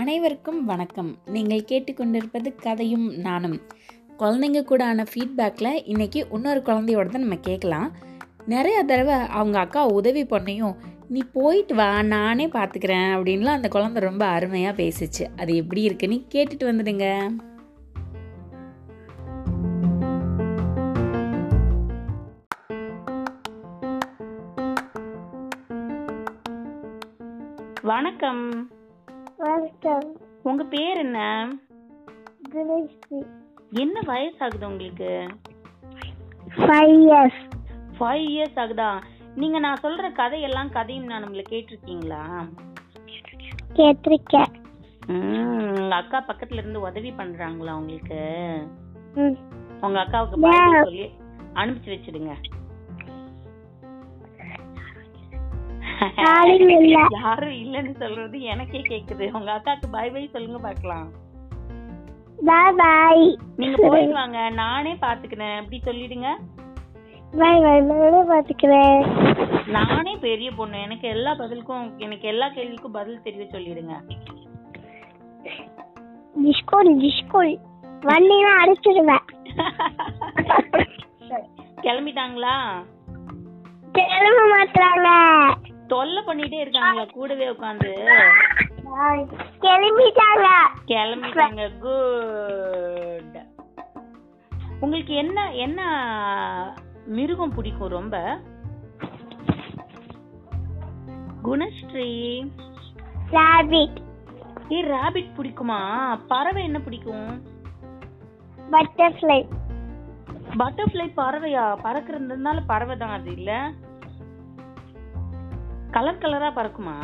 அனைவருக்கும் வணக்கம் நீங்கள் கேட்டுக்கொண்டிருப்பது கதையும் நானும் குழந்தைங்க கூடான ஃபீட்பேக்கில் இன்னைக்கு இன்னொரு குழந்தையோடத நம்ம கேட்கலாம் நிறைய தடவை அவங்க அக்கா உதவி பொண்ணையும் நீ போயிட்டு வா நானே பார்த்துக்கிறேன் அப்படின்லாம் அந்த குழந்தை ரொம்ப அருமையாக பேசுச்சு அது எப்படி இருக்குன்னு கேட்டுட்டு வந்துடுங்க வணக்கம் வணக்கம் உங்க பேர் என்ன குணஸ்ரீ என்ன வயசாகுது உங்களுக்கு ஃபைவ் இயர்ஸ் ஃபைவ் இயர்ஸ் ஆகுதா நீங்க நான் சொல்ற கதையெல்லாம் கதையும் நான் நம்மள கேட்டிருக்கீங்களா கேட்டிருக்கேன் ம், உங்க அக்கா பக்கத்துல இருந்து உதவி பண்றாங்களா உங்களுக்கு ம். உங்க அக்காவுக்கு bye Yeah. ன்னு சொல்லி அனுப்பிச்சு வச்சிடுங்க யாரும் இல்ல யாரும் இல்லன்னு சொல்றது எனக்கே கேக்குது உங்க அக்காக்கு பை பை சொல்லுங்க பார்க்கலாம் பாய் பாய் நீங்க போயிட்டு வாங்க நானே பாத்துக்கிறேன் அப்படி சொல்லிடுங்க பாய் பாய் நானும் பார்த்துக்கிறேன் நானே பெரிய பொண்ணு எனக்கு எல்லா பதிலுக்கும் எனக்கு எல்லா கேள்விக்கும் பதில் தெரிய சொல்லிடுங்க டிஸ்கோல் டிஸ்கோல் வண்டினா அடிச்சிடுவேன் கிளம்பிட்டாங்களா கிளம்ப மாட்டாங்க தொல்லை பண்ணிட்டே இருக்காங்களா கூடவே உட்காந்து கிளம்பிட்டாங்க கிளம்பிட்டாங்க குட் உங்களுக்கு என்ன என்ன மிருகம் பிடிக்கும் ரொம்ப குணஸ்ரீ ராபிட் ஏ ராபிட் பிடிக்குமா பறவை என்ன பிடிக்கும் பட்டர்ஃப்ளை பட்டர்ஃப்ளை பறவையா பறக்கிறதுனால பறவை தான் அது இல்ல கலர் கலரா பறக்குமா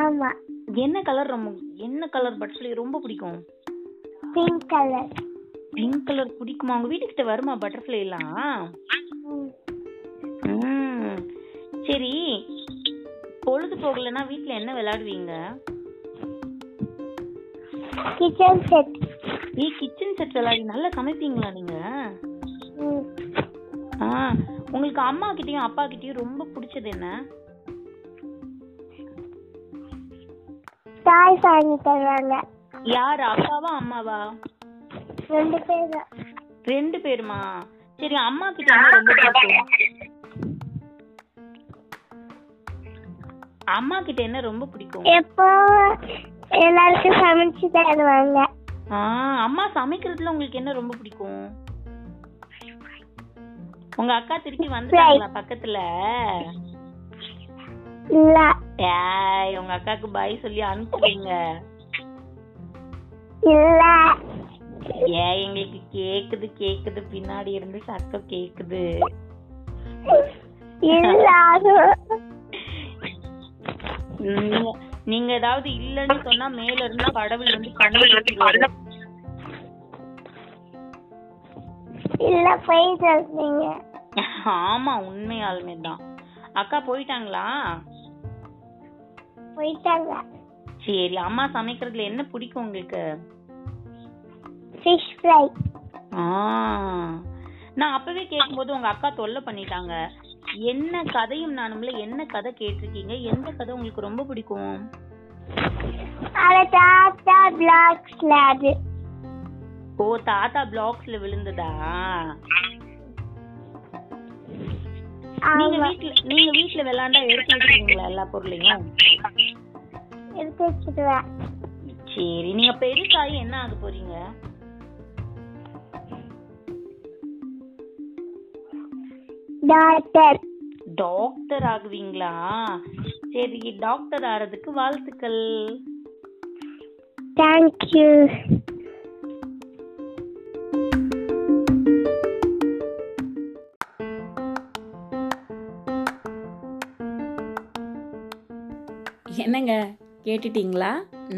ஆமா என்ன கலர் ரொம்ப என்ன கலர் பட்டர்ஃப்ளை ரொம்ப பிடிக்கும் பிங்க் கலர் பிங்க் கலர் பிடிக்குமா உங்க வீட்டுக்கிட்ட வருமா பட்டர்ஃப்ளை எல்லாம் ம். சரி பொழுது போகலன்னா வீட்ல என்ன விளையாடுவீங்க கிச்சன் செட் ஏ கிச்சன் செட் விளையாடி நல்லா சமைப்பீங்களா நீங்க ஆ உங்களுக்கு அம்மா கிட்டயும் அப்பா கிட்டயும் ரொம்ப பிடிச்சது என்ன தாய் வாங்கி தருவாங்க யார் அப்பாவா அம்மாவா ரெண்டு பேர் தான் ரெண்டு பேருமா சரி அம்மா கிட்ட என்ன ரொம்ப பிடிக்கும் அம்மா கிட்ட என்ன ரொம்ப பிடிக்கும் எப்போ எல்லாருக்கும் சமைச்சு தருவாங்க ஆ அம்மா சமைக்கிறதுல உங்களுக்கு என்ன ரொம்ப பிடிக்கும் உங்க அக்கா திருப்பி வந்துட்டாங்களா பக்கத்துல இல்ல ஏய் உங்க அக்காக்கு பாய் சொல்லி அனுப்புறீங்க இல்ல ஏ எங்களுக்கு கேக்குது கேக்குது பின்னாடி இருந்து சத்தம் கேக்குது இல்ல நீங்க- நீங்க ஏதாவது இல்லன்னு சொன்னா மேல இருந்து கடவுள் வந்து கண்ணு இல்ல போய் சொல்றீங்க ஆமா உண்மையாலுமே தான் அக்கா போயிட்டாங்களா போயிட்டாங்க சரி அம்மா சமைக்கிறதுல என்ன பிடிக்கும் உங்களுக்கு ஃபிஷ் ஃப்ரை ஆ நான் அப்பவே கேக்கும்போது உங்க அக்கா தொல்லை பண்ணிட்டாங்க என்ன கதையும் நானும்ல என்ன கதை கேட்டிருக்கீங்க எந்த கதை உங்களுக்கு ரொம்ப பிடிக்கும் அட தாத்தா பிளாக்ஸ்ல அது ஓ தாத்தா பிளாக்ஸ்ல விழுந்ததா நீங்க ஆமா வீட்ல நீங்க வீட்ல விளையாண்டா எடுத்து வச்சிருக்கீங்களா எல்லா பொருளையும் எடுத்து வச்சிடுவேன் சரி நீங்க பெருசாயி என்ன ஆக போறீங்க டாக்டர் டாக்டர் ஆகுவீங்களா சரி டாக்டர் ஆறதுக்கு வாழ்த்துக்கள் தேங்க்யூ என்னங்க கேட்டுட்டீங்களா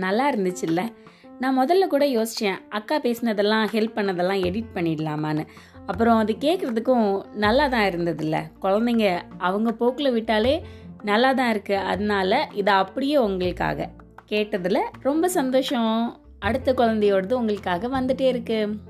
நல்லா இருந்துச்சுல்ல நான் முதல்ல கூட யோசித்தேன் அக்கா பேசினதெல்லாம் ஹெல்ப் பண்ணதெல்லாம் எடிட் பண்ணிடலாமான்னு அப்புறம் அது கேட்குறதுக்கும் நல்லா தான் இருந்ததுல்ல குழந்தைங்க அவங்க போக்கில் விட்டாலே நல்லா தான் இருக்குது அதனால இதை அப்படியே உங்களுக்காக கேட்டதில் ரொம்ப சந்தோஷம் அடுத்த குழந்தையோடது உங்களுக்காக வந்துட்டே இருக்குது